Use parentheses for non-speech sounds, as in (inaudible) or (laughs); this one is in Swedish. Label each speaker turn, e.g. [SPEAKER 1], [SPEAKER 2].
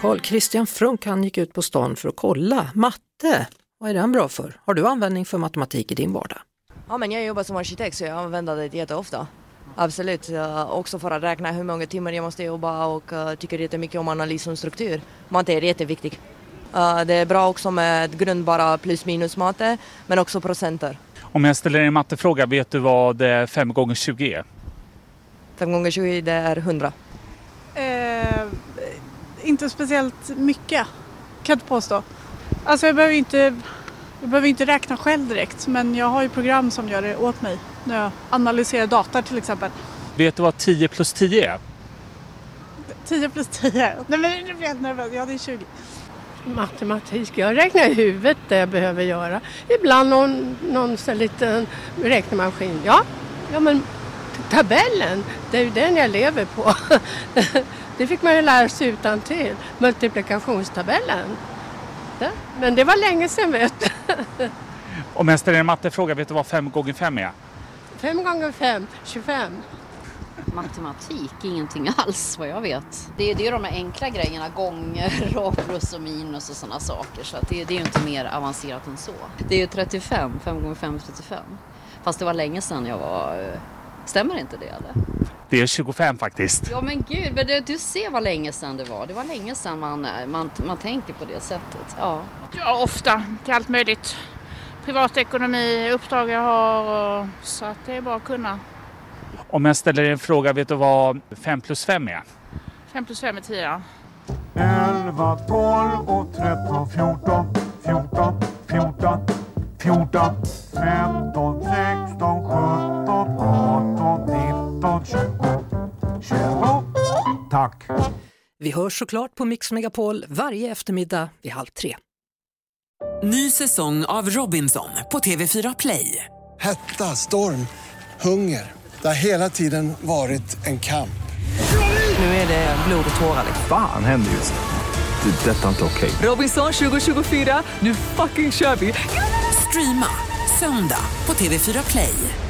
[SPEAKER 1] Carl Christian Frunk han gick ut på stan för att kolla matte. Vad är den bra för? Har du användning för matematik i din vardag?
[SPEAKER 2] Ja men jag jobbar som arkitekt så jag använder det jätteofta. Absolut, Eh, också för att räkna hur många timmar jag måste jobba och eh, tycker jättemycket om analys och struktur. Matte är jätteviktigt. Det är bra också med grundbara plus minus matte men också procenter.
[SPEAKER 3] Om jag ställer dig en mattefråga, vet du vad 5 gånger 20 är?
[SPEAKER 2] 5 gånger 20 det är 100.
[SPEAKER 4] Eh, inte speciellt mycket kan jag inte påstå. Alltså jag behöver ju inte, jag behöver inte räkna själv direkt men jag har ju program som gör det åt mig när jag analyserar data till exempel.
[SPEAKER 3] Vet du vad 10 plus 10 är?
[SPEAKER 4] 10 plus 10, nej men nu blir jag nervös, ja det är 20.
[SPEAKER 5] matematik. Jag räknar i huvudet det jag behöver göra. Ibland någon, någon sån liten räknemaskin. Ja, ja men tabellen, det är ju den jag lever på. (laughs) det fick man ju lära sig utan till. Multiplikationstabellen. Det. Men det var länge sedan vet du.
[SPEAKER 3] Om jag ställer dig en mattefråga, vet du vad 5 gånger 5 är?
[SPEAKER 5] 5 gånger 5, 25.
[SPEAKER 6] Matematik, ingenting alls vad jag vet. Det är, det är ju de här enkla grejerna, gånger och plus och minus och sådana saker. Så att det, det är ju inte mer avancerat än så. Det är ju 35, 5 gånger 5 är 35. Fast det var länge sedan jag var... eh, Stämmer inte det eller?
[SPEAKER 3] Det är 25 faktiskt.
[SPEAKER 6] Ja men gud, men det, du ser vad länge sedan det var. Det var länge sedan man, eh, man, man tänker på det sättet. Ja.
[SPEAKER 7] Ja, ofta till allt möjligt. Privatekonomi, uppdrag jag har och så att det är bara att kunna.
[SPEAKER 3] Om jag ställer dig en fråga, vet du vad 5 plus 5 är?
[SPEAKER 7] 5 plus 5 är 10. ja.
[SPEAKER 8] 11, 12 och 13, 14, 14, 14, 14, 15, 16, 17, 18, 19, 20, 20. Tack!
[SPEAKER 1] Vi hörs såklart på Mix Megapol varje eftermiddag vid halv tre.
[SPEAKER 9] Ny säsong av Robinson på TV4 Play.
[SPEAKER 10] Hetta, storm, hunger. Det har hela tiden varit en kamp.
[SPEAKER 9] Nu är det blod och tårar.
[SPEAKER 11] Fan händer just nu. Det. är Detta är inte okej.
[SPEAKER 9] Robinson 2024, nu fucking kör vi! Streama söndag på TV4 Play.